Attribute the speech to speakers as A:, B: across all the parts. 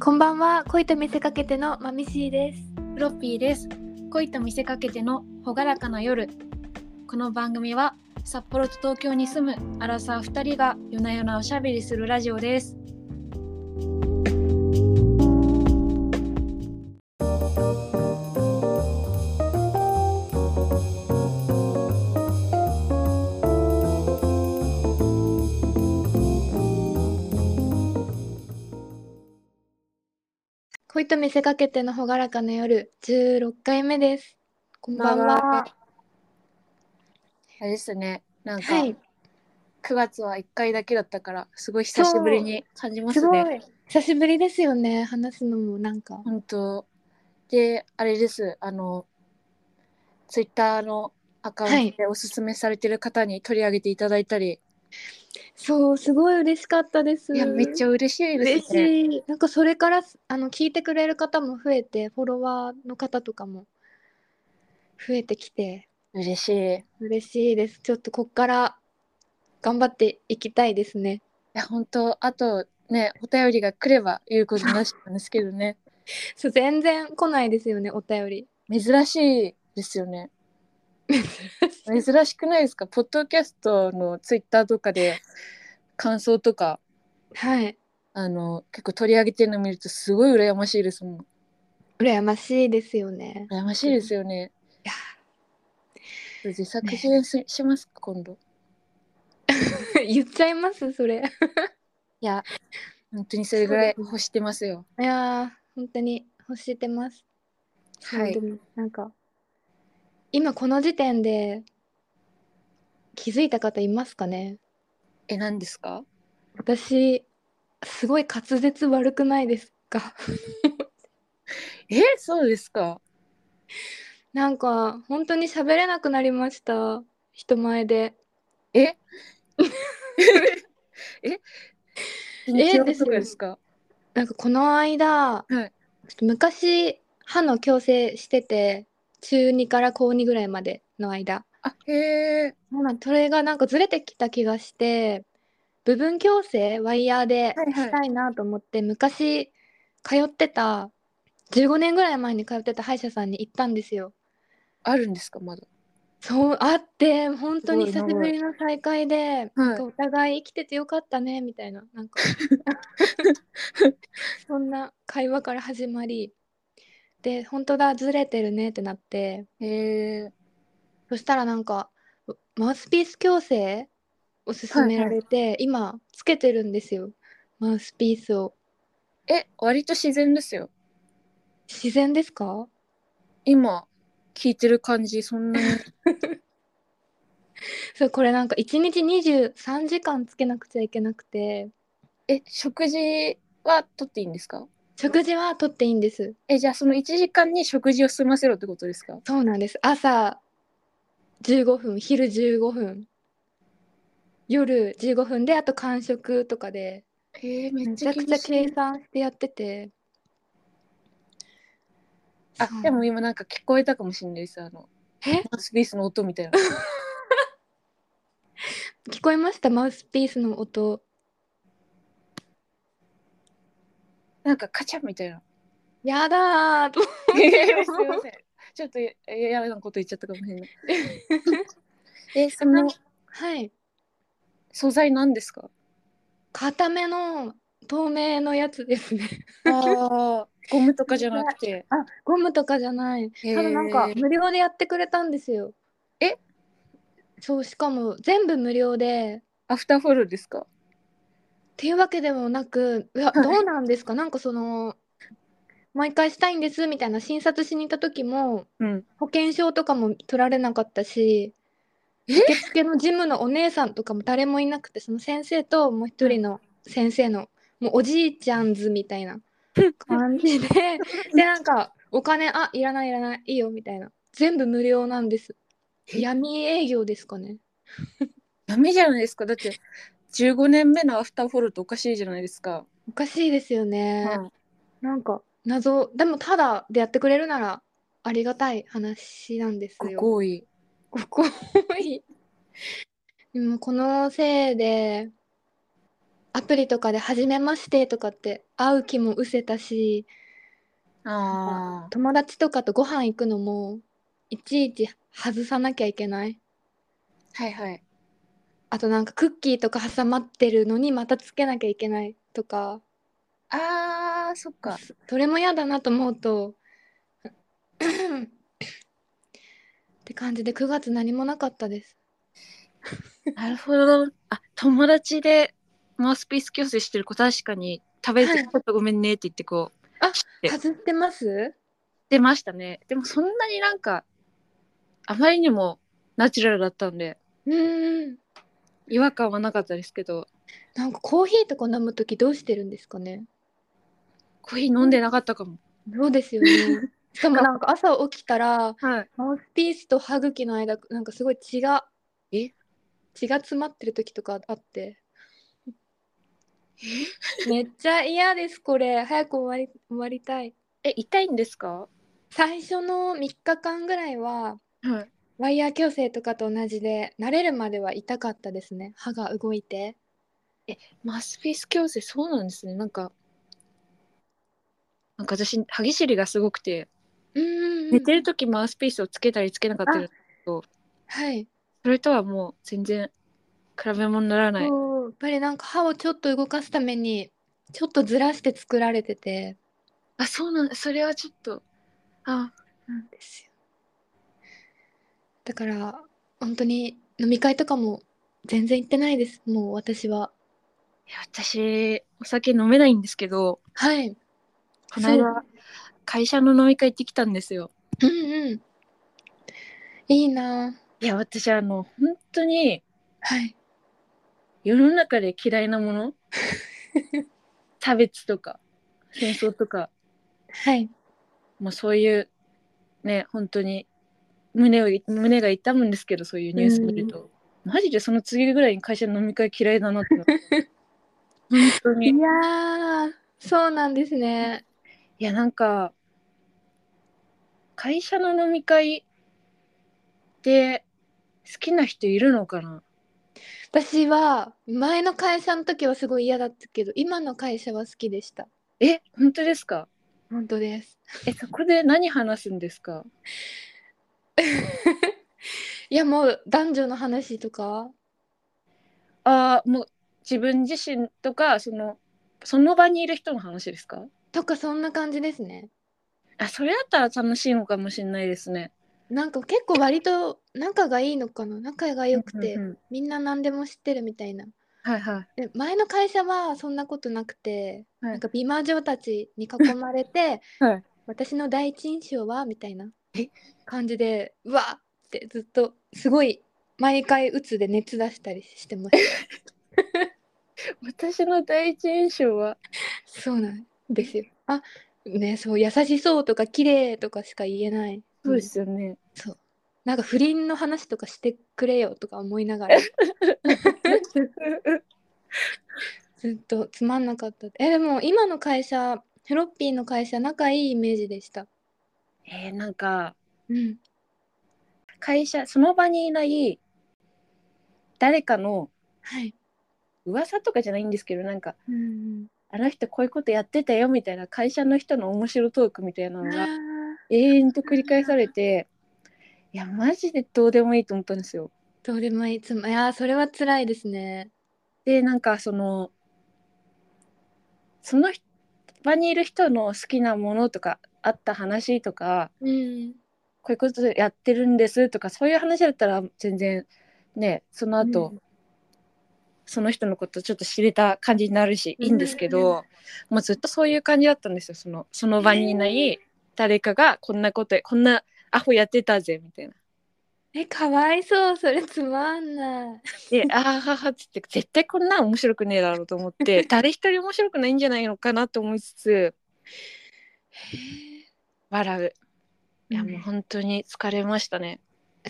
A: こんばんは恋と見せかけてのまみしーです
B: フロッピーです恋と見せかけての朗らかな夜この番組は札幌と東京に住むアラサー2人が夜な夜なおしゃべりするラジオです
A: 恋と見せかけてのほがらかな夜16回目ですこんばんは
B: あれですねなんか
A: はい
B: 9月は1回だけだったからすごい久しぶりに感じますす
A: ご
B: ね
A: い久しぶりですよね話すのもなんか
B: 本当であれですあのツイッターのアカウントでおすすめされてる方に取り上げていただいたり、
A: そうすごい嬉しかったです
B: い、やめっちゃ嬉しいで
A: 嬉
B: すね。
A: しいなんかそれからあの聞いてくれる方も増えてフォロワーの方とかも増えてきて
B: 嬉しい。い
A: 嬉しいですちょっとこっから頑張っていきたいですね
B: や本当あとねお便りが来れば言うことなしなんですけど ね
A: そう全然来ないですよねお便り
B: 珍しいですよね。珍しくないですかポッドキャストのツイッターとかで感想とか
A: はい
B: あの結構取り上げてるの見るとすごい羨ましいですもん。
A: 羨ましいですよね
B: 羨ましいですよね。
A: いや
B: 自作自演し,、しますか今度。
A: 言っちゃいますそれ
B: いや本当にそれぐらい欲してますよ。
A: いやー本当に欲してます
B: はい
A: そうでもなんか今この時点で気づいた方いますかね
B: え何ですか
A: 私すごい滑舌悪くないですか
B: えそうですか
A: なんか本当に喋れなくなりました人前で
B: ええ
A: え
B: ですかですか
A: なんかこの間、
B: はい
A: 昔歯の矯正してて中2から高2ぐらいまでの間
B: あへえ
A: そうなんそれがなんかずれてきた気がして部分矯正ワイヤーで
B: はいはい
A: したいなと思って、昔通ってた15年ぐらい前に通ってた歯医者さんに行ったんですよ。
B: あるんですかまだ
A: そうあって本当に
B: す
A: 久
B: ごい
A: しぶりの再会で、
B: はい
A: なんかお互い生きててよかったねみたいななん かそんな会話から始まりで本当だずれてるねってなって
B: へえ
A: そしたらなんかマウスピース矯正を勧められて、今つけてるんですよマウスピースを
B: え割と自然ですよ
A: 自然ですか
B: 今聞いてる感じそん なに
A: そうこれなんか1日23時間つけなくちゃいけなくて
B: え食事はとっていいんですか
A: 食事はとっていいんです
B: えじゃあその1時間に食事を済ませろってことですか
A: そうなんです朝15分昼15分夜15分であと間食とかで
B: へえめっ
A: め
B: ち
A: ち
B: ゃ
A: ゃくちゃ
B: 厳し
A: 計
B: い
A: 算してやってて
B: あ
A: そう
B: でも今なんか聞こえたかもしれないですあの
A: え
B: マウスピースの音みたいな
A: 聞こえましたマウスピースの音
B: なんかカチャンみたいな
A: やだーと
B: えーすいませんちょっとややらなこと言っちゃったかもしれない えその
A: はい
B: 素材なんですか
A: 固めの透明のやつですね
B: ああ、ゴムとかじゃなくて。
A: あゴムとかじゃない
B: へー
A: ただなんか無料でやってくれたんですよ
B: え
A: そうしかも全部無料で
B: アフターフォローですか。
A: っていうわけでもなくいや
B: はい
A: どうなんですかなんかその毎回したいんですみたいな診察しに行った時も
B: うん。
A: 保険証とかも取られなかったし
B: え
A: 受付のジムのお姉さんとかも誰もいなくてその先生ともう一人の先生のもうおじいちゃんずみたいな感じででなんかお金あいらないいらないいいよみたいな全部無料なんです
B: え
A: 闇営業ですかね
B: 闇じゃないですか。だって。15年目のアフターフォローっておかしいじゃないですか。
A: おかしいですよね、
B: はい
A: なんか謎でもただでやってくれるならありがたい話なんです
B: ご
A: よ。
B: 好意。
A: ご好意でもこのせいでアプリとかで「はじめまして」とかって会う気も失せたし
B: あ
A: 友達とかとご飯行くのもいちいち外さなきゃいけない
B: あはいはい
A: あとなんかクッキーとか挟まってるのにまたつけなきゃいけないとか
B: あーそっか
A: それも嫌だなと思うとって感じで9月何もなかったです
B: なるほどあ友達でマウスピース矯正してる子確かに食べて、
A: はい
B: ちょっとごめんねって言ってこう
A: あ
B: 知って
A: 外ってます
B: 出ましたねでもそんなになんかあまりにもナチュラルだったんで
A: うーん
B: 違和感はなかったですけど
A: なんかコーヒーとか飲む時どうしてるんですかね
B: コーヒー飲んでなかったかも、
A: そうですよ ねしかもなんか朝起きたら
B: はい
A: マウスピースと歯茎の間なんかすごい血が
B: え
A: 血が詰まってる時とかあってめっちゃ嫌ですこれ早く終わり終わりたい
B: え痛いんですか
A: 最初の3日間ぐらいは
B: はい
A: ワイヤー矯正とかと同じで慣れるまでは痛かったですね歯が動いて
B: マウスピース矯正そうなんですねなんかなんか私歯ぎしりがすごくて
A: うんうんうん
B: 寝てる時マウスピースをつけたりつけなかったり
A: あはい、
B: それとはもう全然比べ物にならない。
A: そうやっぱりなんか歯をちょっと動かすためにちょっとずらして作られてて
B: あ、そうなんそれはちょっと。あ、
A: なんですよ。だから本当に飲み会とかも全然行ってないです。もう私は。
B: いや私、お酒飲めないんですけど、
A: はい。
B: この間、会社の飲み会行ってきたんですよ。
A: そう。うんうん。いいなぁ。
B: いや、私、あの、本当に
A: はい。
B: 世の中で嫌いなも の差別とか、戦争とか、
A: はい。
B: もうそういう、ね、本当に胸を、胸が痛むんですけど、そういうニュース見ると。マジでその次ぐらいに会社の飲み会嫌いだなって思って。 本当に
A: い。やーそうなんですね。
B: いやなんか会社の飲み会って好きな人いるのかな
A: 私は前の会社の時はすごい嫌だったけど、今の会社は好きでした。
B: え本当ですか
A: 本当です。
B: えそこで何話すんですか
A: いやもう男女の話とか。
B: あーもう自分自身とかそのその場にいる人の話ですか
A: とかそんな感じですね。
B: あそれだったら楽しいのかもしれないですね。
A: なんか結構割と仲がいいのかな仲が良くて
B: うんうん
A: みんな何でも知ってるみたいな
B: はいはい。
A: で前の会社はそんなことなくて、
B: はい
A: なんか美魔女たちに囲まれて
B: はい
A: 私の第一印象はみたいな
B: え
A: 感じでうわっってずっとすごい毎回鬱で熱出したりしてま し
B: 私の第一印象は
A: たそうなんですよあねそう優しそうとか綺麗とかしか言えない
B: そうですよね。
A: なんか不倫の話とかしてくれよとか思いながらずっとつまんなかったえでも今の会社フロッピーの会社仲いいイメージでした
B: えーなんか
A: うん
B: 会社その場にいない誰かの
A: はい、
B: 噂とかじゃないんですけどなんか
A: うん
B: あの人こういうことやってたよみたいな会社の人の面白トークみたいな
A: あ
B: のが
A: ー
B: 永遠と繰り返されていやマジでどうでもいいと思ったんですよ。
A: どれもいつもいやーそれは辛いですね
B: でなんかそのその人場にいる人の好きなものとかあった話とか
A: うん
B: こういうことやってるんですとかそういう話だったら全然ねその後、
A: うん
B: その人のことちょっと知れた感じになるし
A: うん
B: いいんですけど、もうずっとそういう感じだったんですよそのその場にいない誰かがこんなことこんなアホやってたぜみたいな。
A: えかわいそうそれつまんない
B: で「あーはは」っつって絶対こんなん面白くねえだろうと思って 誰一人面白くないんじゃないのかなと思いつつ笑う。いや
A: うん
B: もう本当に疲れましたね。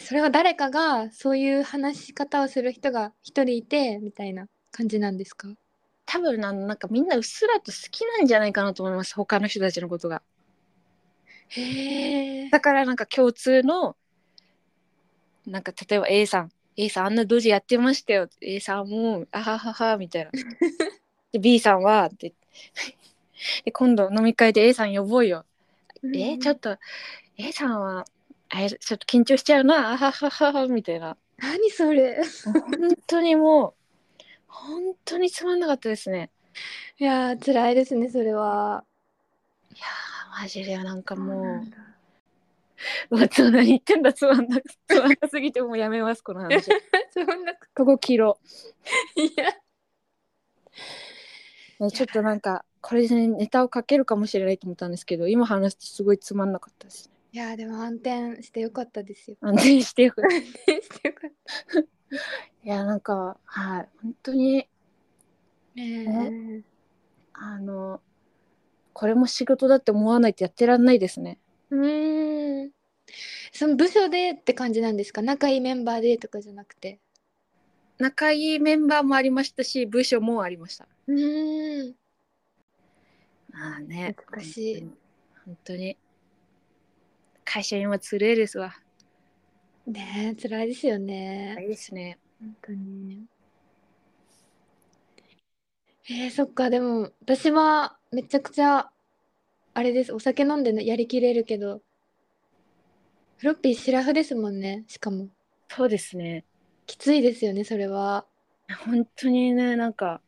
A: それは誰かがそういう話し方をする人が一人いてみたいな感じなんですか
B: 多分ななんかみんなうっすらと好きなんじゃないかなと思います他の人たちのことが。
A: へえ
B: だからなんか共通のなんか例えば A さん A さんあんなドジやってましたよ A さんもあはははみたいなで B さんはって で今度飲み会で A さん呼ぼうよ、えちょっ
A: と
B: と A さんはあれちょっと緊張しちゃうなあははははみたいな
A: 何それ
B: 本当にもう本当につまんなかったですね
A: いやー辛いですねそれはい
B: やーマジでなんか
A: そうな
B: も
A: んだ
B: ううわつまん何言ってんだつまんなつまんなすぎてもうやめますこの 話
A: そんなこ
B: ここ黄色
A: といや
B: ねちょっとなんかこれでネタをかけるかもしれないと思ったんですけど今話してすごいつまんなかったですね
A: いやーでも暗転してよかったですよ
B: 安定してよく
A: 暗転してよかっ
B: いやなんかはい本当に
A: たね
B: あのこれも仕事だって思わないとやってらんないですね
A: うーんその部署でって感じなんですか仲いいメンバーでとかじゃなくて
B: 仲いいメンバーもありましたし部署もありました
A: うーん
B: ああね
A: 難しい
B: 本当に会社員はつれえですわ
A: ねえ辛いですよね、
B: いいですね
A: 本当にえー、そっかでも私はめちゃくちゃあれですお酒飲んで、ね、やりきれるけどフロッピーシラフですもんねしかも
B: そうですね
A: きついですよねそれは
B: 本当にねなんか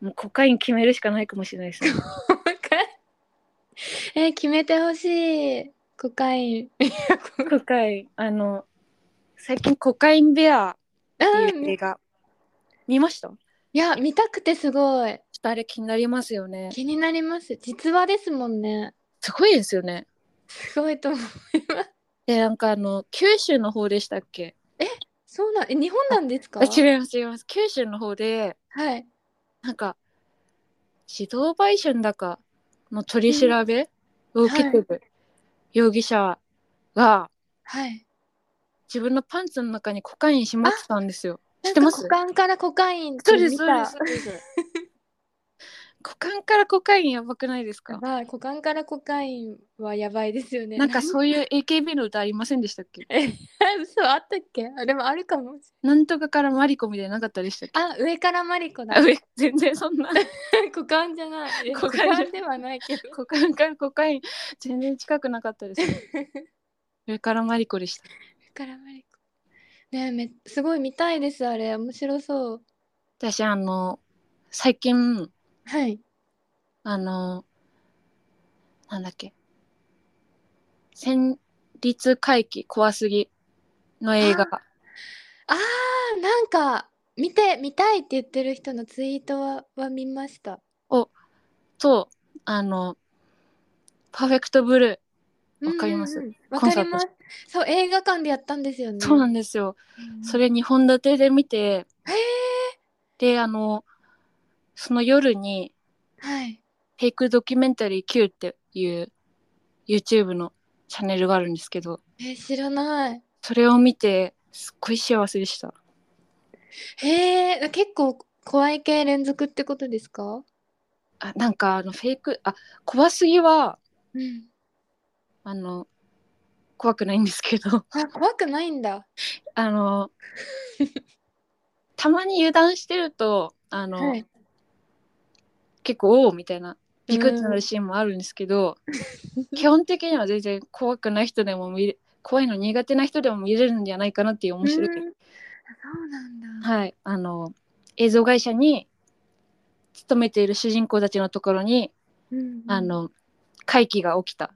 B: もうコカイン決めるしかないかもしれないです ね
A: えー決めてほしいコカイン
B: コカインあの最近コカインベア
A: あ
B: っていう
A: ー
B: 映画見ましたちょ
A: いや見たくてすごい
B: っとあれ気になりますよね
A: 気になります実話ですもんね
B: すごいですよね
A: すごいと思う
B: でなんかあの九州の方でしたっけ
A: そうなんえ日本なんですか
B: あ違います違います九州の方で
A: はい
B: なんか児童売春だかの取り調べを受けてる容疑者が
A: はい
B: 自分のパンツの中にコカインしまってたんですよ。知って
A: な
B: ま
A: んか
B: す
A: 股間からコカインって
B: そうです
A: 見
B: そう
A: た
B: ですそうです。 股間からコカインやばくないですか
A: や？ばい股間からコカインはやばいですよね。
B: なんかそういう AKB の歌ありませんでしたっけ？
A: え 嘘あったっけあでもあるかもし
B: なんとかからマリコみたいなのなかったでしたっけ？
A: れないあ上からマリコだ
B: あ 上全然そんな
A: 股間じゃないえ
B: 股
A: 股
B: 間じゃ
A: 間ではないけど
B: 股間からコカイン全然近くなかったです ね。上からマリコでした。
A: 上からマリコねえめすごい見たいですあれ面白そう
B: 私あの最近
A: はい
B: あの、なんだっけ。戦慄回帰怖すぎの映画。
A: あーなんか見て見たいって言ってる人のツイートはは見ました
B: と、あの、パーフェクトブルわかります
A: うんうんうんわかります
B: コ
A: そう映画館でやったんですよね
B: ー。そうなんんですよ。そ
A: れ
B: れ2本立てで見て、
A: へ
B: で、あの、その夜に、
A: はい
B: フェイクドキュメンタリー Q っていう YouTube のチャンネルがあるんですけど、
A: えー知らない
B: それを見て、すっごい幸せでした。
A: へえ、結構怖い系連続ってことですか？
B: あ、なんかあの、フェイク、あ、怖すぎは、
A: うん。
B: あの怖くないんですけど
A: あ、怖くないんだ。
B: あのたまに油断してるとあの、
A: はい。
B: 結構「おお」みたいなビクッとなるシーンもあるんです けど、基本的には全然怖くない人でも見れ怖いの苦手な人でも見れるんじゃないかなっていう面白い、
A: うんあそうなんだ。
B: はい、あの映像会社に勤めている主人公たちのところに、
A: うんうん
B: あ。の回帰が起きた、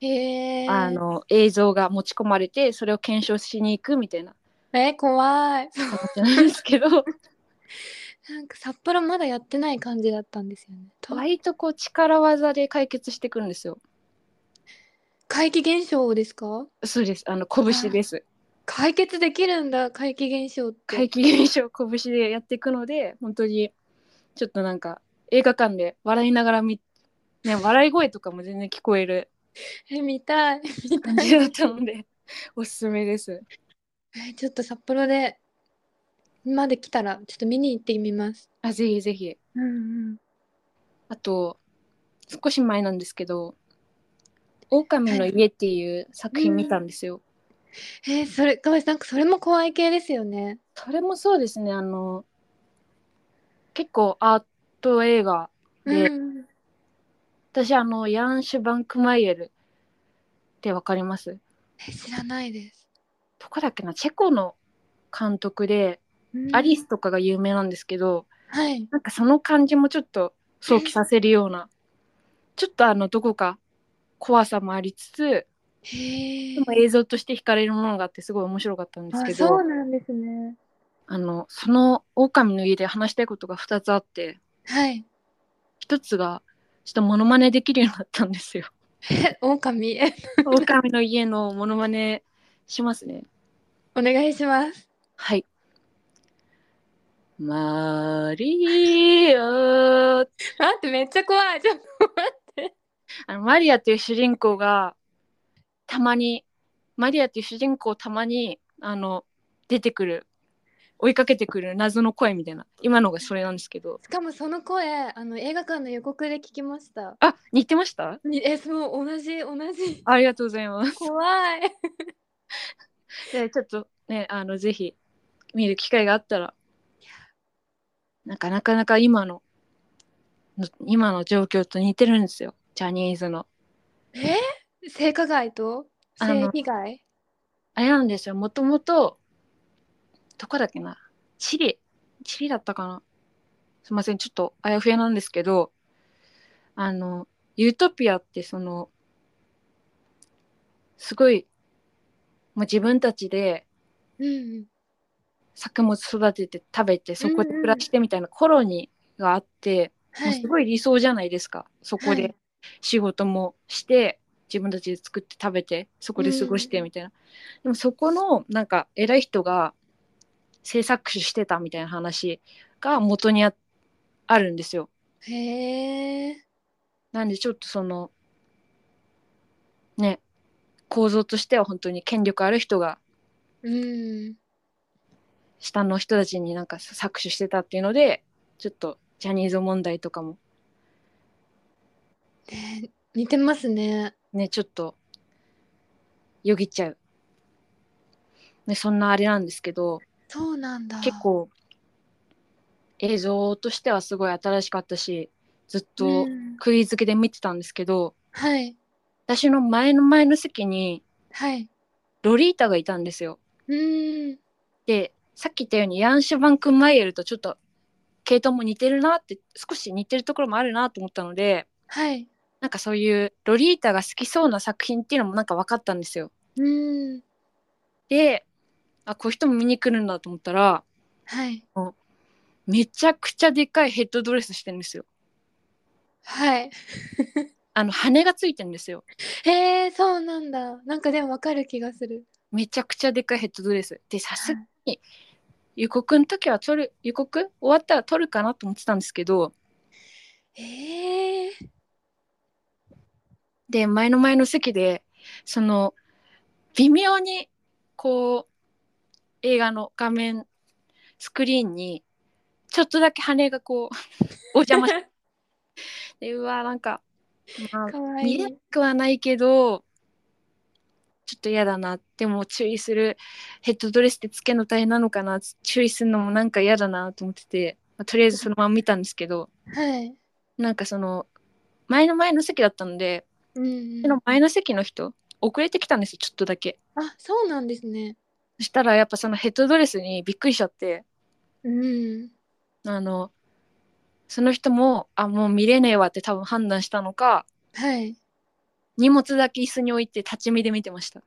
A: へえ。
B: あ。の映像が持ち込まれてそれを検証しに行くみたいな
A: え、怖い。
B: 感じなんですけど。
A: なんか札幌まだやってない感じだったんですよね。と
B: 割とこう力技で解決してくるんですよ。
A: 怪奇現象ですか？
B: そうです。あの拳です。
A: 解決できるんだ、怪奇現象って。
B: 怪奇現象拳でやっていくので、本当にちょっとなんか映画館で笑いながら見、ね笑い声とかも全然聞こえる
A: え、見たい。 見た
B: 感
A: い。
B: じだったので、おすすめです。
A: え、ちょっと札幌でまで来たらちょっと見に行ってみます。
B: あ、ぜひぜひ。
A: うんうん。
B: あと少し前なんですけど、狼の家っていう作品見たんですよ。
A: えそれ、かわいなんかそれも怖い系ですよね。
B: それもそうですね。あの結構アート映画で、
A: うん
B: 私あのヤンシュ・バンクマイエルってわかります
A: え知らないです。
B: どこだっけなチェコの監督で、
A: うん
B: アリスとかが有名なんですけど
A: はい。
B: なんかその感じもちょっと想起させるようなちょっとあのどこか怖さもありつつ
A: へえ
B: で。も映像として惹かれるものがあってすごい面白かったんです
A: あ
B: けど
A: そうなんですね。
B: あのその狼の家で話したいことが2つあって
A: はい。
B: 1つがちょっとモノマネできるようになった んですよ。
A: え狼
B: 狼の家のモノマネしますね。
A: お願いします。
B: はい。マリア
A: 待ってめっちゃ怖い。ちょっと待って
B: あのマリアっていう主人公がたまにマリアっていう主人公たまにあの出てくる追いかけてくる謎の声みたいな今のがそれなんですけど
A: しかもその声あの映画館の予告で聞きました。
B: あ似てました
A: にえそう同じ同じ
B: ありがとうございます。
A: 怖い。
B: でちょっとねあのぜひ見る機会があったらなんかなかなか今のの今の状況と似てるんですよジャニーズの
A: え性加害と
B: あの
A: 性被害
B: あれなんですよもともとどこだっけなチリチリだったかなすいませんちょっとあやふやなんですけどあのユートピアってそのすごいもう自分たちで
A: うん
B: 作物育てて食べてそこで暮らしてみたいなコロニーがあって、
A: は
B: もう
A: い
B: すごい理想じゃないですかそこ
A: は
B: で
A: い
B: 仕事もして自分たちで作って食べてそこで過ごしてみたいな、でもそこのなんか偉い人が制作手してたみたいな話が元にああるんですよ
A: へえ
B: なんでちょっとそのね構造としては本当に権力ある人が
A: うん
B: 下の人たちになんか搾取してたっていうのでちょっとジャニーズ問題とかも
A: ね似てますね
B: ねちょっとよぎっちゃう、ね、そんなあれなんですけど
A: そうなんだ
B: 結構映像としてはすごい新しかったしずっと
A: うん
B: 食い付けで見てたんですけど、
A: はい
B: 私の前の前の席に
A: はい
B: ロリータがいたんですよ。
A: うん
B: でさっき言ったようにヤンシュ・バンクンマイエルとちょっと系統も似てるなって少し似てるところもあるなと思ったので
A: はい
B: なんかそういうロリータが好きそうな作品っていうのもなんか分かったんですよ。
A: うん
B: であこういう人も見に来るんだと思ったら
A: はい
B: めちゃくちゃでかいヘッドドレスしてるんですよ。
A: はい
B: あの羽がついてるんですよ。
A: へえそうなんだなんかでもわかる気がする
B: めちゃくちゃでかいヘッドドレス。でさすがに予告の時は撮る予告終わったら撮るかなと思ってたんですけど
A: へえ
B: で前の前の席でその微妙にこう映画の画面スクリーンにちょっとだけ羽がこう お邪魔してでうわなんか、まあ
A: かわい
B: 見
A: い
B: れなくはないけどちょっと嫌だなでも注意するヘッドドレスってつけるの大変なのかな注意するのもなんか嫌だなと思ってて、まあとりあえずそのまま見たんですけど
A: はい
B: なんかその前の前の席だったので、
A: うん
B: その前の席の人遅れてきたんですよちょっとだけ
A: あそうなんですね
B: そしたらやっぱそのヘッドドレスにびっくりしちゃって
A: うん
B: あのその人もあもう見れねえわって多分判断したのか
A: はい
B: 荷物だけ椅子に置いて立ち見で見てました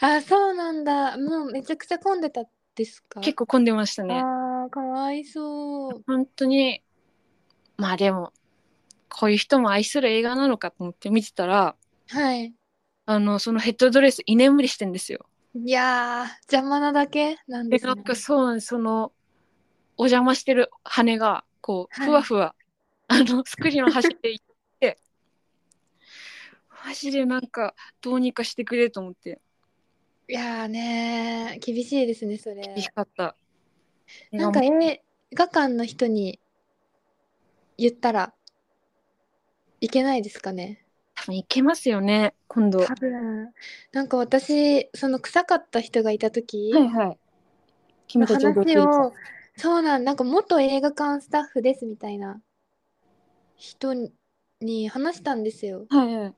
A: あ、そうなんだ。もうめちゃくちゃ混んでたですか。
B: 結構混んでましたね
A: ああ、かわいそう。
B: 本当にまあでもこういう人も愛する映画なのかと思って見てたら
A: はい。
B: あのそのヘッドドレス居眠りしてんですよ。
A: いやー、邪魔なだけなん
B: で
A: です
B: な
A: ね。
B: んかそうなんですそのお邪魔してる羽がこう
A: はい
B: ふわふわ、あのスクリーンを走っていってマジでなんかどうにかしてくれと思って
A: いやーねー、厳しいですね、それ。
B: 嬉しかった。
A: なんか
B: いや
A: 映画館の人に言ったらいけないですかね。
B: 多分いけますよね今度。
A: 多分。なんか私、その臭かった人がいた時、
B: はい。
A: の
B: 君たちの
A: 話をそうなんなんか元映画館スタッフですみたいな人に話したんですよ
B: はいはい。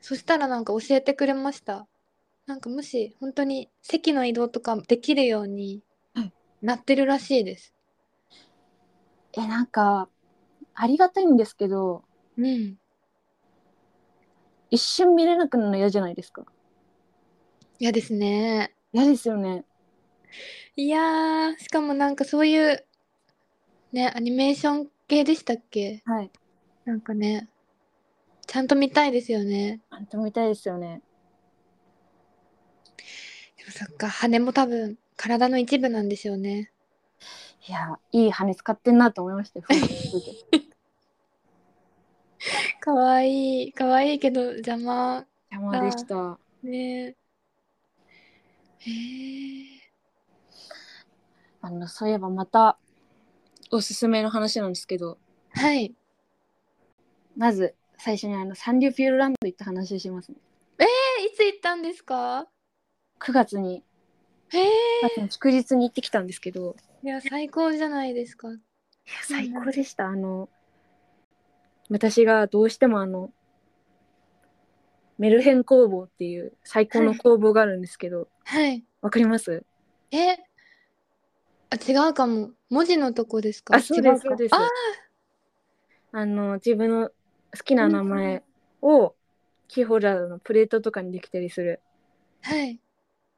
A: そしたらなんか教えてくれましたなんかもし本当に席の移動とかできるように
B: はい
A: なってるらしいです
B: え、なんか、ありがたいんですけど、
A: うん
B: 一瞬見れなくなるの嫌じゃないですか。
A: 嫌ですね
B: 嫌ですよね。
A: いやーしかもなんかそういうねアニメーション系でしたっけ
B: はい。
A: なんかねちゃんと見たいですよね
B: あんたも見たいですよね。
A: でもそっか羽も多分体の一部なんでしょうね
B: いや、いい羽使ってんなと思いま したよ。
A: かわいいかわいいけど邪魔
B: 邪魔でした。
A: ねえー、
B: あの、そういえばまた、おすすめの話なんですけど、
A: はい
B: まず、最初にあの、サンリオピューロランド行った話しますね。
A: えいつ行ったんですか
B: 9月に、
A: えー、
B: 9月の祝日に行ってきたんですけど、
A: いや最高じゃないですか
B: いや最高でした。あの私がどうしてもあのメルヘン工房っていう最高の工房があるんですけど、
A: はい
B: わかります？
A: えあ違うかも文字のとこですか
B: あ、そうです
A: 違
B: そう
A: か
B: です。あの自分の好きな名前をキーホルダーのプレートとかにできたりする。
A: はい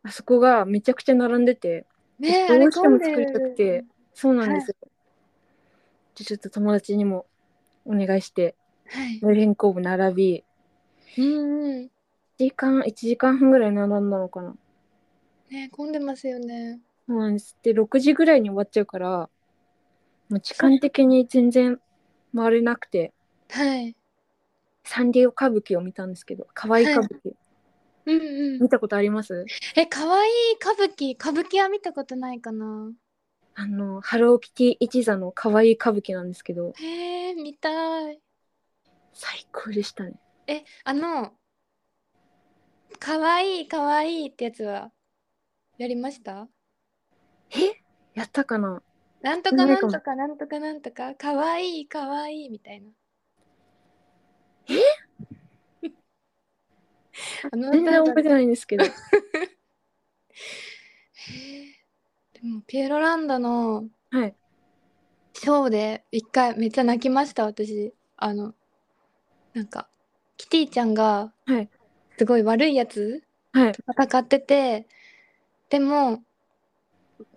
B: あそこがめちゃくちゃ並んでて、
A: ねえ
B: ど
A: あれ
B: うして
A: 混ん
B: も
A: で
B: 作りたく
A: る
B: て、そうなんですよ。でちょっと友達にもお願いして
A: はい
B: メルヘン工房並び、
A: うんうん
B: 1時間1時間半ぐらい並んだのかな
A: ね混んでますよね
B: そうなんですで6時ぐらいに終わっちゃうからもう時間的に全然回れなくて
A: はい
B: サンリオ歌舞伎を見たんですけど可愛い歌舞伎、
A: うんうん
B: 見たことあります
A: え可愛い歌舞伎歌舞伎は見たことないかな
B: あのハローキティ一座の可愛い歌舞伎なんですけど
A: へえ見たい
B: 最高でしたね
A: えあの可愛い可愛いってやつはやりました
B: えやったかな
A: なんとかなんとかなんとかなんとかかわいいかわいいみたいな。
B: え
A: あの
B: 全
A: 歌
B: 然
A: だ
B: 覚えてないんですけど
A: へえでもピエロランドの
B: はい
A: ショーで一回めっちゃ泣きました私。あのなんかキティちゃんが
B: はい
A: すごい悪いやつ
B: はい
A: 戦っててでも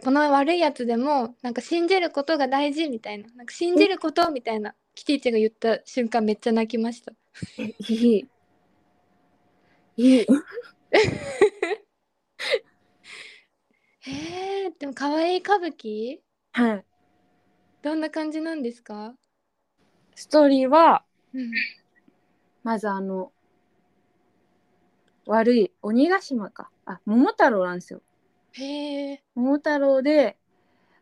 A: この悪いやつでもなんか信じることが大事みたいななんか信じることみたいなキティちゃんが言った瞬間めっちゃ泣きました。
B: え いいいい
A: えー、でも可愛い歌舞伎
B: はい
A: どんな感じなんですか、
B: ストーリーは
A: うん、
B: まずあの悪い鬼ヶ島かあ桃太郎なんですよ
A: へえ
B: 桃太郎で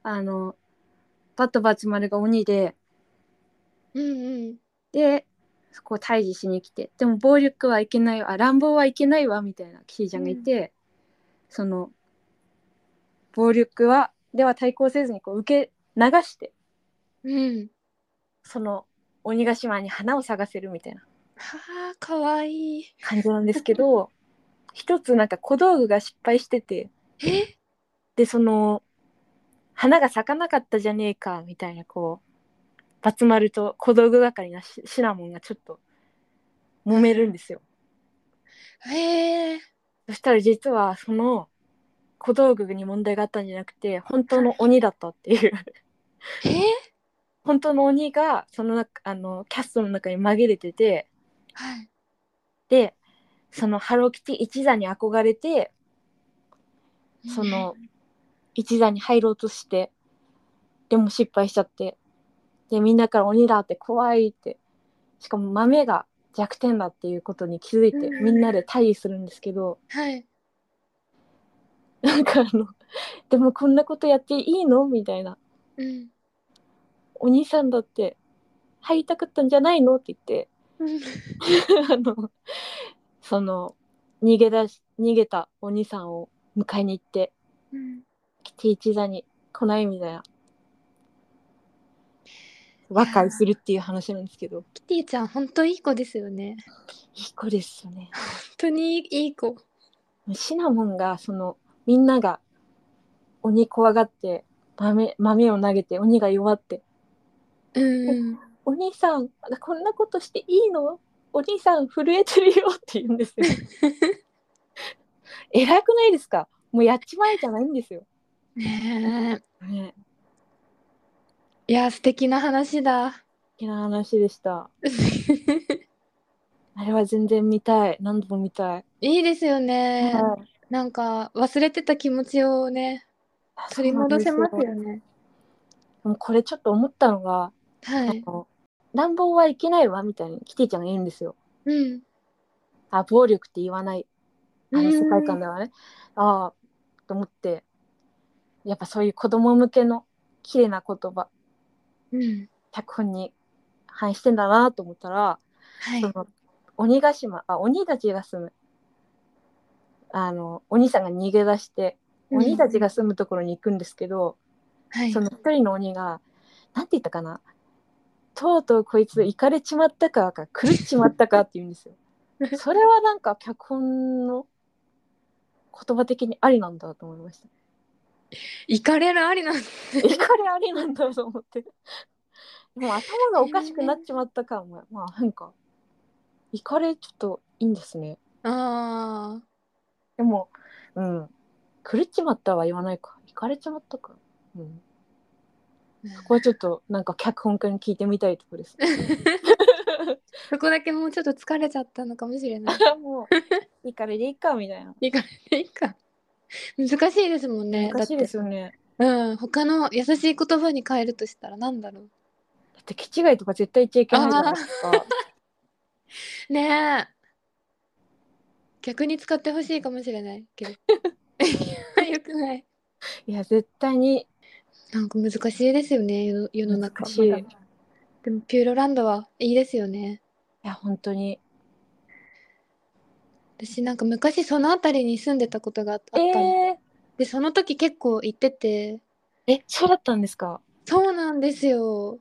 B: あのバットバツ丸が鬼で
A: うんうん
B: でそこを退治しに来てでも暴力はいけないわあ乱暴はいけないわみたいなキティちゃんがいて、その暴力はでは対抗せずにこう受け流して
A: うん
B: その鬼ヶ島に花を探せるみたいな
A: はあ可愛い
B: 感じなんですけど一つなんか小道具が失敗してて。
A: え
B: でその花が咲かなかったじゃねえかみたいなこうバツ丸と小道具係なシシナモンがちょっと揉めるんですよ
A: へえ
B: そしたら実はその小道具に問題があったんじゃなくて本当の鬼だったっていう
A: え
B: 本当の鬼がその中あのキャストの中に紛れてて
A: はい
B: でそのハローキティ一座に憧れてその一座に入ろうとしてでも失敗しちゃってでみんなから鬼だって怖いってしかも豆が弱点だっていうことに気づいて
A: うん
B: みんなで退治するんですけど
A: はい
B: なんかあのでもこんなことやっていいのみたいな
A: うん
B: お兄さんだって入りたかったんじゃないのって言って
A: うん
B: あのその逃げ出し逃げたお兄さんを迎えに行って
A: うん
B: キティ一座に来ないみたいな和解するっていう話なんですけど
A: キティちゃん本当いい子ですよね
B: いい子ですよね
A: 本当にいい子
B: シナモンがそのみんなが鬼怖がって豆豆を投げて鬼が弱って
A: うん
B: 「お兄さんこんなことしていいのお兄さん震えてるよ」って言うん ですよ。偉くないですかもうやっちまえじゃないんですよ。
A: ね
B: ね
A: えいや素敵な話 だ
B: 好きな話でした。あれは全然見たい何度も見たい。
A: いいですよね、
B: はい
A: なんか忘れてた気持ちをね
B: あ
A: 取り戻せます
B: そうなんで
A: よね
B: よもうこれちょっと思ったのが、
A: はい
B: あの乱暴はいけないわみたいにキティちゃんが言うんですよ。
A: うん
B: あ暴力って言わないあの
A: うん
B: 世界観ではね、ああと思ってやっぱそういう子供向けの綺麗な言葉
A: うん
B: 脚本に反映してんだなと思ったら、
A: はい
B: その鬼ヶ島あ鬼たちが住むあの鬼さんが逃げ出して鬼たちが住むところに行くんですけど、
A: はい
B: その一人の鬼がなんて言ったかなとうとうこいつ行かれちまったかか狂っちまったかって言うん ですよ。それはなんか脚本の言葉的にありなんだと思いました。
A: 行かれるあり なんですね
B: 怒りありなんだと思って。もう頭がおかしくなっちまったかも。まあ変か。怒りちょっといいんですね。
A: ああ
B: でも、うん。狂っちまったは言わないか。行かれちまったか。うん。ここはちょっとなんか脚本家に聞いてみたいところです。
A: そこだけもうちょっと疲れちゃったのかもしれ ない
B: もう、怒りでいいかみたいな。
A: 行かれていいか難しいですもんね
B: 難しいですよね。
A: だってうん他の優しい言葉に変えるとしたらなんだろ
B: だって、気違いとか絶対言っちゃいけないじゃないですか。
A: うねえ逆に使ってほしいかもしれないけどよくない
B: いや、絶対に
A: なんか難しいですよね世の世の中
B: 難しい。
A: まだ
B: い
A: でもピューロランドはいいですよね
B: や、本当に。
A: 私なんか昔その辺りに住んでたことがあった
B: え
A: の、
B: ー、
A: でその時結構行ってて
B: え、そうだったんですか
A: そうなんですよ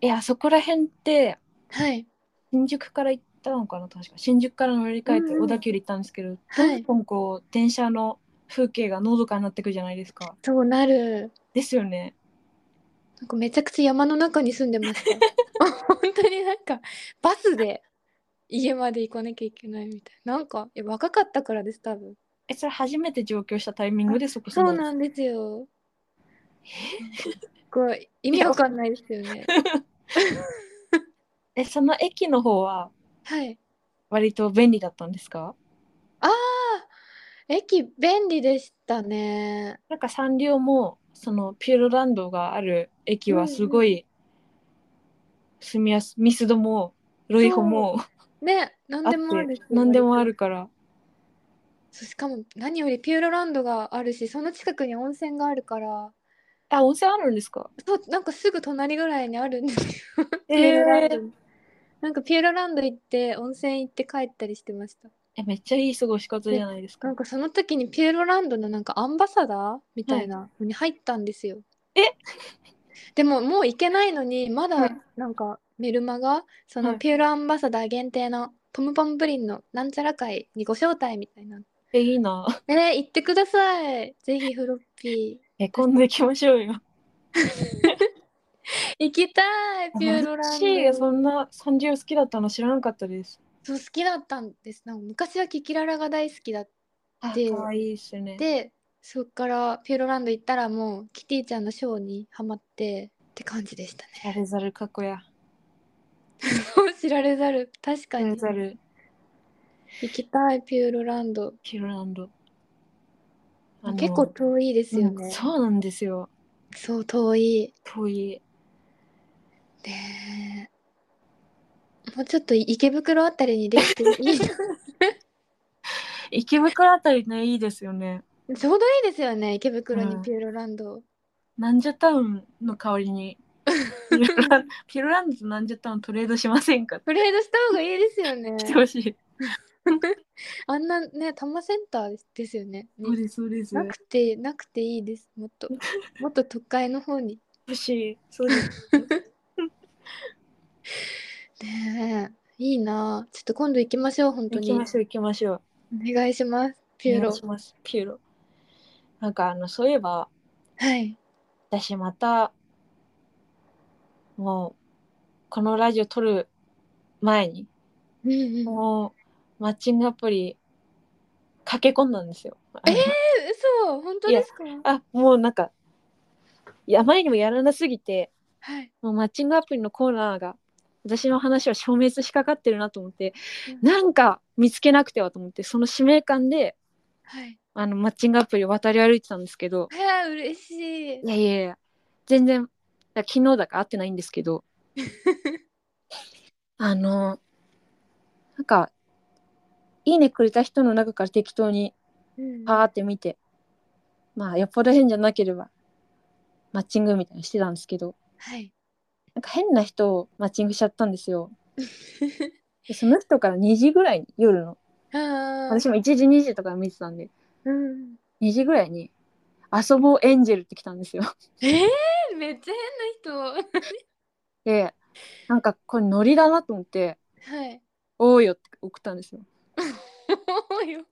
B: いや、そこら辺って、
A: はい
B: 新宿から行ったのかな確か新宿から乗り換えて
A: うんうん
B: 小田急で行ったんですけど、
A: はい
B: どんどんこう電車の風景がのどかになってくじゃないですか
A: そうなる
B: ですよね
A: なんかめちゃくちゃ山の中に住んでました 本当になんかバスで家まで行かなきゃいけないみたいななんかいや若かったからです多分
B: えそれ初めて上京したタイミングでそこ
A: そ
B: 住
A: うん
B: だ
A: なんんですよ こう意味わかんないですよね
B: えその駅の方は
A: はい
B: 割と便利だったんですか
A: あー駅便利でしたね
B: なんかサンリオもそのピューロランドがある駅はすごい住みやすミスドもロイホも
A: ね何
B: あっ
A: でもある
B: て何でもあ
A: る
B: るから
A: そうしかも何よりピューロランドがあるしその近くに温泉があるから
B: あ温泉あるんですか
A: そうなんかすぐ隣ぐらいにあるんですよ
B: え
A: ピ
B: ー
A: ューロランドに、なんかピューロランド行って温泉行って帰ったりしてました
B: えめっちゃいい過ごし方じゃないですか
A: なんかその時にピューロランドのなんかアンバサダーみたいなのに入ったんですよ、
B: え
A: でももう行けないのにま
B: は
A: だ
B: い
A: なんかメルマがそ
B: は
A: の
B: い
A: ピューロアンバサダー限定のポムポムプリンのなんちゃら会にご招待みたいな
B: えいいな
A: えー、行ってくださいぜひフロッピー
B: え、今度行きましょうよ。
A: 行きたいピューロランド
B: 私そんなサンリオ好きだったの知らなかったです。
A: そう好きだったんですなんか昔はキキララが大好きだっ
B: あ、
A: で
B: 可愛いですね。
A: てそっからピューロランド行ったらもうキティちゃんのショーにハマってって感じでしたね
B: 知られざる過去や。
A: 知られざる確か
B: 知られ
A: に
B: ざる
A: 行きたいピューロランド
B: ヒロランド。あの
A: 結構遠いですよね、
B: うん
A: そう
B: そうなんですよ。
A: 遠い
B: 遠い。
A: ねえもうちょっと池袋あたりにできてい いな
B: 池袋あたりね、いいですよね。
A: ちょうどいいですよね池袋に
B: うん
A: ピューロランド、
B: なんじゃタウンの代わりに。 ピューロランピューロランドとなんじゃタウントレードしませんか
A: トレードした方がいいですよね
B: してほしい。
A: あんなね、多摩センターですですよね。ね
C: そうですそうです
A: なくて、なくていいです。もっと、もっと都会の方に。
B: 欲しい。そうです。
A: ねえ、いいなあ。ちょっと今度行きましょう、本当
B: 行
A: に。
B: き
A: お
B: ましょう行きましょう。
A: 願いします。ピュー
B: お願
A: ロ
B: い。しますピューロ。なんかあのそういえば
A: はい。
B: 私またもうこのラジオ撮る前に
A: うんうん。
B: もうマッチングアプリ駆け込んだんですよ。
A: ええ、嘘、本当ですか。
B: あもうなんかいやあまりにもやらなすぎて
A: はい。
B: もうマッチングアプリのコーナーが私の話を消滅しかかってるなと思って、
A: うん
B: なんか見つけなくてはと思ってその使命感で
A: はい。
B: あのマッチングアプリを渡り歩いてたんですけど
A: あら、嬉しい
B: い。やいやいや全然だ昨日だから会ってないんですけどあのなんか「いいね」くれた人の中から適当に
A: うん
B: パーって見てまあよっぽど変じゃなければマッチングみたいにしてたんですけど
A: はい。
B: なんか変な人をマッチングしちゃったんですよ。でその人から2時ぐらいに夜の
A: ああ。
B: 私も1時2時とか見てたんで
A: うん。
B: 2時ぐらいに「遊ぼうエンジェル」って来たんですよ。
A: ええ、めっちゃ変な人。
B: でなんかこれノリだなと思って
A: はい。
B: 「おうよ」って送ったんですよ。
A: おいよ。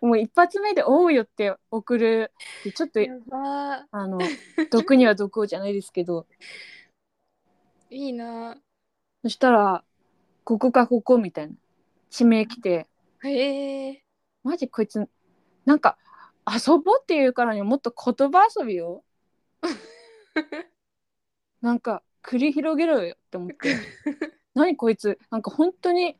B: もう一発目で「おうよ」って送るってちょっと
A: やばー。
B: あの毒には毒をじゃないですけど
A: いいな
B: そしたら「ここかここ」みたいな地名来て
A: あ。へえ。
B: マジこいつなんか遊ぼうっていうからにはもっと言葉遊 びよなんか繰り広げろよって思って何こいつなんか本当に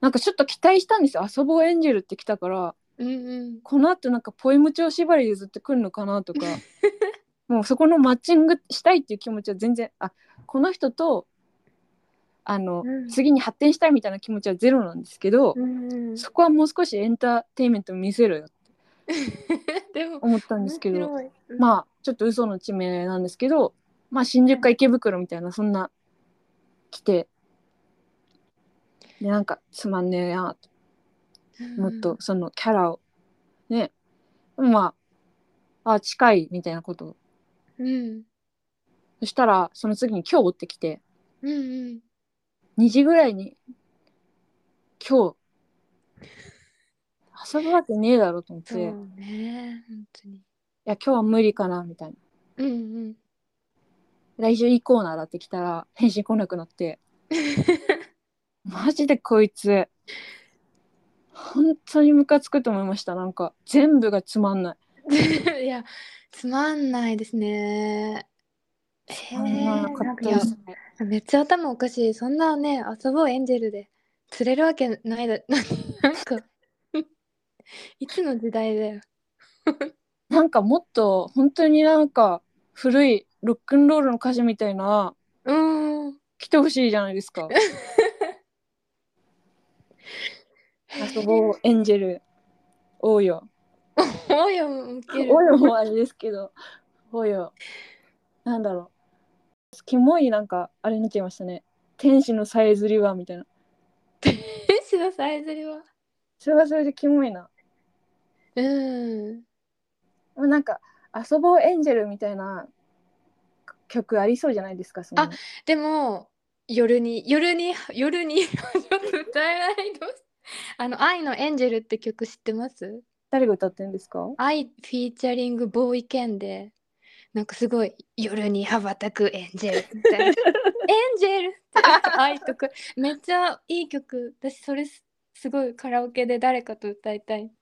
B: なんかちょっと期待したんですよ遊ぼうエンジェルって来たから
A: うんうん。
B: このあとなんかポエム帳縛りでずっと来るのか なとかもうそこのマッチングしたいっていう気持ちは全然あこの人とあの、
A: うん
B: 次に発展したいみたいな気持ちはゼロなんですけど、
A: うん うん
B: そこはもう少しエンターテインメント見せろよって
A: でも。
B: 思ったんですけど
A: 面白い。あ。
B: まあちょっと嘘の地名なんですけどまあ新宿か池袋みたいなそんな来てでなんかつまんねえなともっとそのキャラをねまああ近いみたいなことを
A: うん。うん。
B: そしたらその次に今日って来て
A: うんうん。
B: 2時ぐらいに今日遊ぶわけねえだろと思って
A: そう
B: いや
A: ね。本当に。
B: 今日は無理かなみたいな。
A: うんうん。
B: 来週いいコーナーだって来たら返信来なくなってマジでこいつ本当にムカつくと思いましたなんか全部がつまんな い
A: いや、つまんないですね。へえ
B: なかったですね
A: めっちゃ頭おかしい。そんなね、遊ぼうエンジェルで釣れるわけないだ。 なんか、いつの時代だよ。
B: なんかもっと本当になんか古いロックンロールの歌詞みたいな
A: うん。
B: 来てほしいじゃないです か遊ぼうエンジェルおうよ
A: およも受ける。
B: およもあれですけど、およ、なんだろう。キモいなんか、あれになっちゃいましたね。天使のさえずりはみたいな。
A: 天使のさえずりは。
B: それはそれでキモいな。
A: うん。
B: もうなんか、遊ぼうエンジェルみたいな曲ありそうじゃないですか、その
A: あでも夜に夜に夜にちょっと歌えないどうしあの「愛のエンジェル」って曲知ってます
B: 誰が歌ってるんですか
A: 愛フィーチャリングボーイケンでなんかすごい「夜に羽ばたくエンジェル」み たいな「エンジェル」ってなんか愛とかめっちゃいい曲私それすすごいカラオケで誰かと歌いたい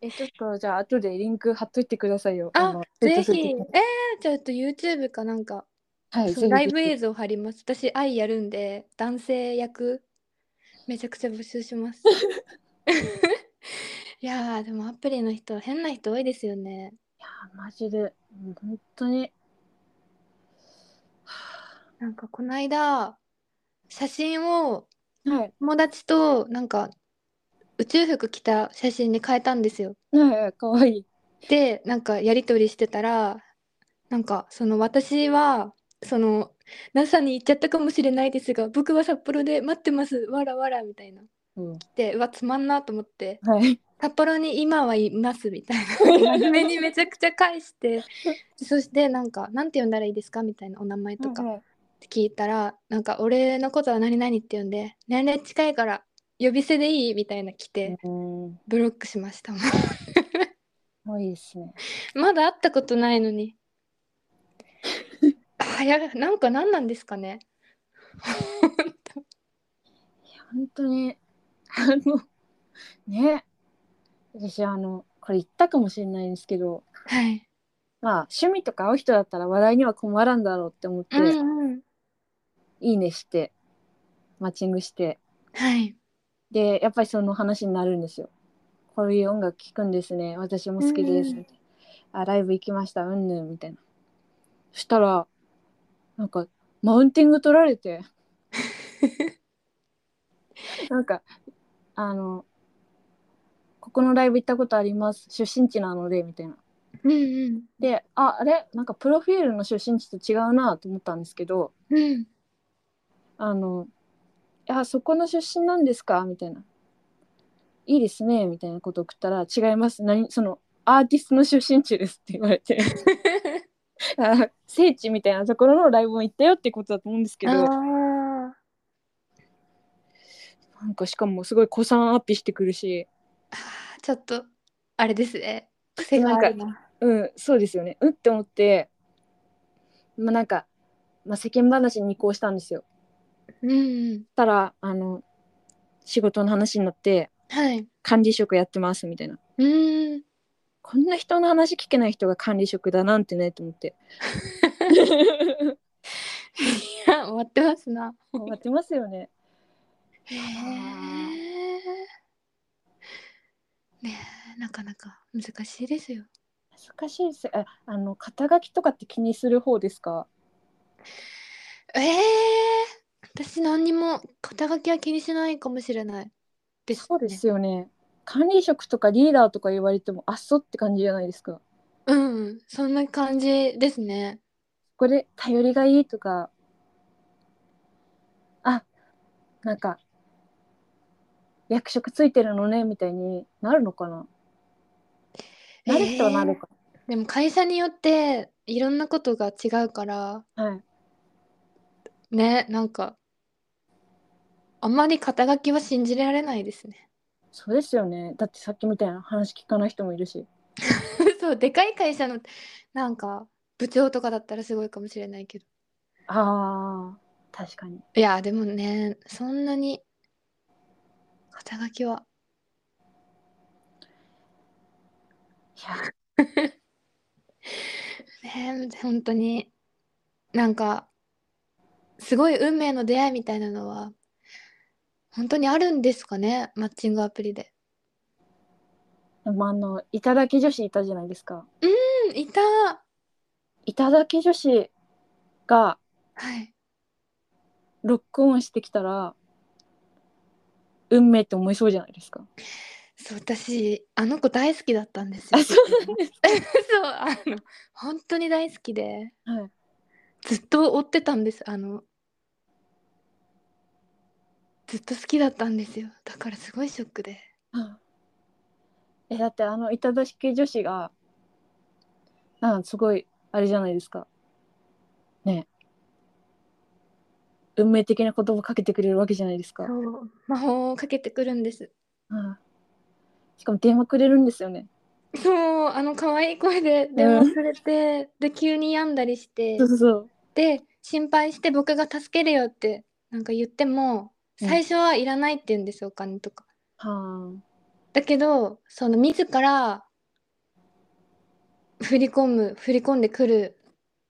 B: え、ちょっとじゃあ、後でリンク貼っといてくださいよ。
A: あ
B: の
A: ぜ
B: ツイ
A: ひえー
B: ート、
A: ちょっと YouTube かなんか
B: はい、
A: そう
B: ぜひ
A: ライブ
B: ぜひ
A: 映像貼ります。私、愛やるんで、男性役、めちゃくちゃ募集し ます。いやー、でもアプリの人、変な人多いですよね。
B: いやー、マジで、もう本当に。
A: なんか、この間、写真を
B: はい、
A: 友達と、なんか、宇宙服着た写真に変えたんですよ。
B: はい、かわいい。
A: で、なんか、やりとりしてたら、なんか、その、私は、その、NASA に行っちゃったかもしれないですが、僕は札幌で待ってます、わらわら、みたいな。
B: うん
A: 来てうわつまんなと思って
B: はい。
A: 札幌に今はいますみたいな真面目にめちゃくちゃ返してそしてなんかなんて呼んだらいいですかみたいなお名前とかって聞いたらなんか俺のことは何々って呼んで年齢近いから呼び捨てでいいみたいな来て
B: うん。
A: ブロックしましたもん
B: もういいですね。
A: まだ会ったことないの に早がなんか何なんですかね
B: 本当にあのね私あのこれ言ったかもしれないんですけど
A: はい、
B: まあ趣味とか合う人だったら話題には困らんだろうって思って、
A: うんうん
B: いいねしてマッチングして
A: はい
B: でやっぱりその話になるんですよ。こういう音楽聴くんですね私も好きです、
A: うん
B: みたいなあライブ行きましたうんぬんみたいなそしたらなんかマウンティング取られ てなんかあの「ここのライブ行ったことあります出身地なので」みたいな。
A: うんうん
B: でああれなんかプロフィールの出身地と違うなと思ったんですけど
A: うん
B: あの、あ、そこの出身なんですかみたいな。いいですね、みたいなこと送ったら、違います。何、その、アーティストの出身地ですって言われて。あ聖地みたいなところのライブも行ったよってことだと思うんですけど、な
A: あ
B: んかしかもすごい古参アピしてくるし、
A: あーちょっとあれですね癖があるな
B: うん、そうですよね。うんって思って、まあなんか、まあ、世間話に移行したんですよ。
A: うんうん
B: したら、あの、仕事の話になって、
A: はい
B: 管理職やってますみたいな。
A: うーん
B: こんな人の話聞けない人が管理職だなんてねと思って
A: いや 終わってますな
B: 終わってますよね
A: へえねえなかなか難しいですよ
B: 難しいですああの肩書きとかって気にする方ですか
A: ええ私何にも肩書きは気にしないかもしれないです、ね、
B: そうですよね管理職とかリーダーとか言われてもあっそって感じじゃないですか
A: うんそんな感じですね
B: これ頼りがいいとかあなんか役職ついてるのねみたいになるのかななる人はなるか、
A: でも会社によっていろんなことが違うから
B: はい
A: ねなんかあんまり肩書きは信じられないですね
B: そうですよねだってさっきみたいな話聞かない人もいるし
A: そうでかい会社のなんか部長とかだったらすごいかもしれないけど
B: あー確かに
A: いやでもねそんなに肩書きはい
B: や
A: ね本当になんかすごい運命の出会いみたいなのは本当にあるんですかねマッチングアプリで。
B: でもあのいただき女子いたじゃないですか
A: うんいた
B: いただき女子が
A: はい
B: ロックオンしてきたら運命って思いそうじゃないです か
A: そう私あの子大好きだったんですよ。
B: なんです
A: そうあの本当に大好きで
B: はい
A: ずっと追ってたんですあのずっと好きだったんですよだからすごいショックで
B: あえだってあのいただき女子がなんかすごいあれじゃないですかね運命的な言葉かけてくれるわけじゃないですか、
A: そう魔法をかけてくるんです
B: うんしかも電話くれるんですよね
A: そうあの可愛い声で電話されて、で急に病んだりして
B: そうそうそう
A: で心配して僕が助けるよってなんか言っても
B: うん
A: 最初はいらないって言うんですよお金とか
B: はあ
A: だけどその自ら振り込む振り込んでくる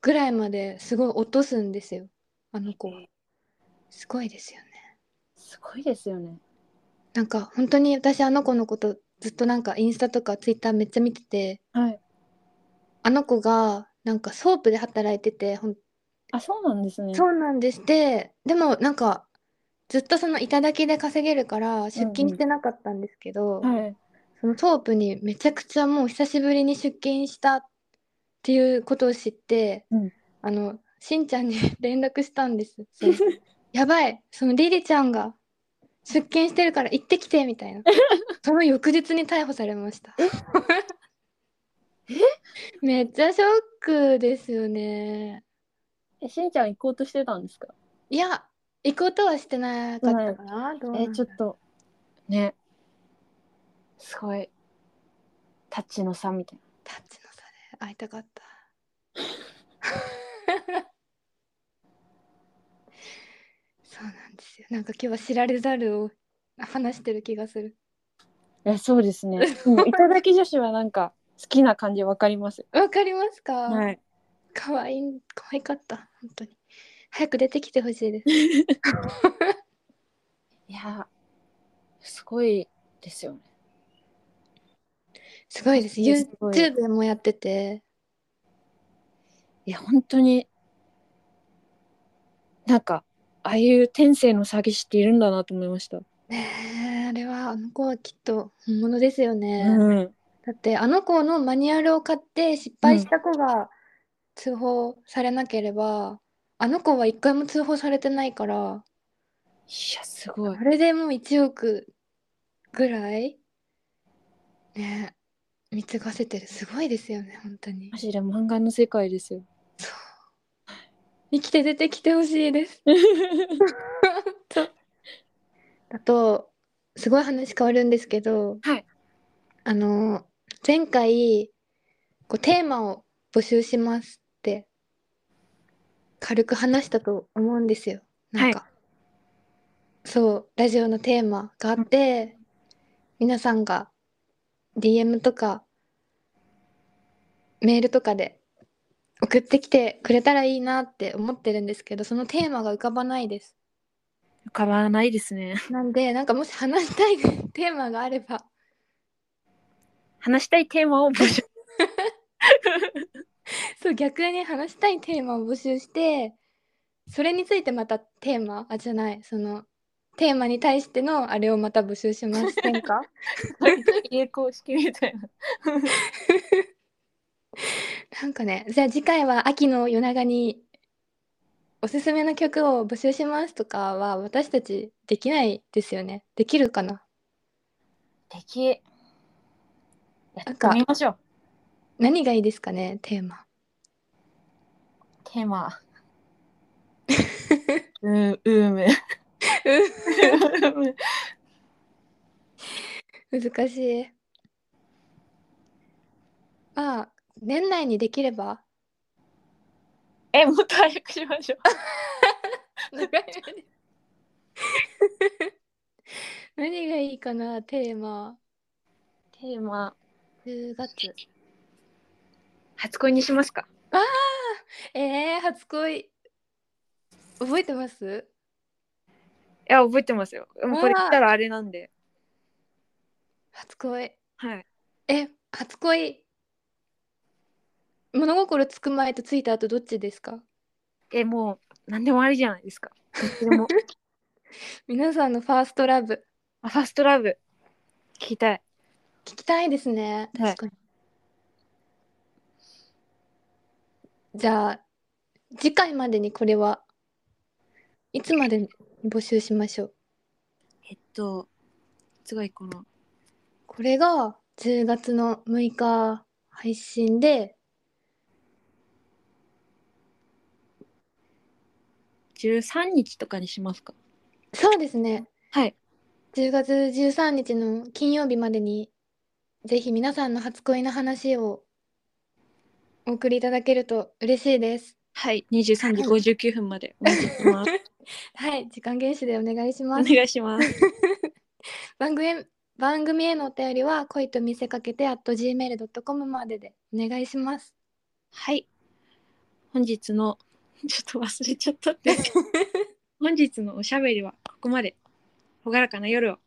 A: ぐらいまですごい落とすんですよあの子はすごいですよね
B: すごいですよね。
A: なんか本当に私あの子のことずっとなんかインスタとかツイッターめっちゃ見てて
B: はい。
A: あの子がなんかソープで働いててほん
B: あ、そうなんですね。
A: そうなんですででもなんかずっとその頂きで稼げるから出勤してなかったんですけど、
B: はい。
A: そのソープにめちゃくちゃもう久しぶりに出勤したっていうことを知って、
B: うん
A: あの しんちゃんに連絡したんです。そのやばいそのリリちゃんが出勤してるから行ってきてみた いなその翌日に逮捕されました
B: え
A: めっちゃショックですよね
B: えしんちゃん行こうとしてたんですか
A: いや行こうとはしてなかったかな、どうなん
B: えちょっとねすごいタッチの差みたい
A: タッチの差で会いたかったそうなんですよなんか今日は知られざるを話してる気がする
B: なえそうです ねうん頂き女子はなんか好きな感じわかります
A: わかりますか、
B: い
A: 可愛い可愛かった本当に早く出てきてほしいです
B: いやすごいですよね
A: すごいです
B: すごい
A: YouTube もやってて
B: いや本当になんかああいう天性の詐欺師っているんだなと思いました、
A: ねえあれはあの子はきっと本物ですよね、
B: うん
A: だってあの子のマニュアルを買って失敗した子が通報されなければ、あの子は一回も通報されてないから
B: いやすごい
A: あれでもう1億ぐらいねえ貢がせてるすごいですよね本当に
B: マジで漫画の世界です よ
A: 生きて出てきてほしいですあとすごい話変わるんですけど、
B: はい
A: あの前回こうテーマを募集しますって軽く話したと思うんですよ。なんか、そうラジオのテーマがあって、皆さんが DM とかメールとかで送ってきてくれたらいいなって思ってるんですけどそのテーマが浮かばないです。
B: 浮かばないですね
A: なんで、なんかもし話したい テーマがあれば、
B: 話したいテーマを募集
A: そう、逆に話したいテーマを募集して、それについてまたテーマ、あ、じゃない、その、テーマに対してのあれをまた募集しませんか
B: 栄光式みたいな
A: なんかね、じゃあ次回は秋の夜長におすすめの曲を募集しますとかは私たちできないですよね。できるかな
B: 敵や
A: なん
B: って
A: か
B: みましょう
A: 何がいいですかね、テーマ。
B: テー マうんうーめ
A: 難しい。まあ、年内にできれば
B: えもっと早くしましょう
A: 長い目で何がいいかなテーマ
B: テーマ
A: 10月
B: 初恋にしますか
A: えー、初恋覚えてます
B: いや覚えてますよもうこれ
A: うわ
B: 来たらあれなんで
A: 初恋
B: はい
A: え初恋物心つく前とついた後どっちですか
B: えもう何でもありじゃないですかどっちで も
A: 皆さんのファーストラブ
B: あファーストラブ聞きたい
A: 聞きたいですね
B: はい
A: 確かに、じゃあ次回までにこれはいつまでに募集しましょう
B: えっとすごいこの
A: これが10月の6日配信で
B: 13日とかにしますか
A: そうですね
B: はい
A: 10月13日の金曜日までにぜひ皆さんの初恋の話をお送りいただけると嬉しいです
B: はい23時59分までお待ちして ます
A: はい時間厳守でお願いし
B: お
A: ます
B: 願いします
A: 番組へ番組へのお便りは恋と見せかけて at gmail.com まででお願いします
B: はい本日のちょっ と忘れちゃったって本日のおしゃべりはここまで朗らかな夜を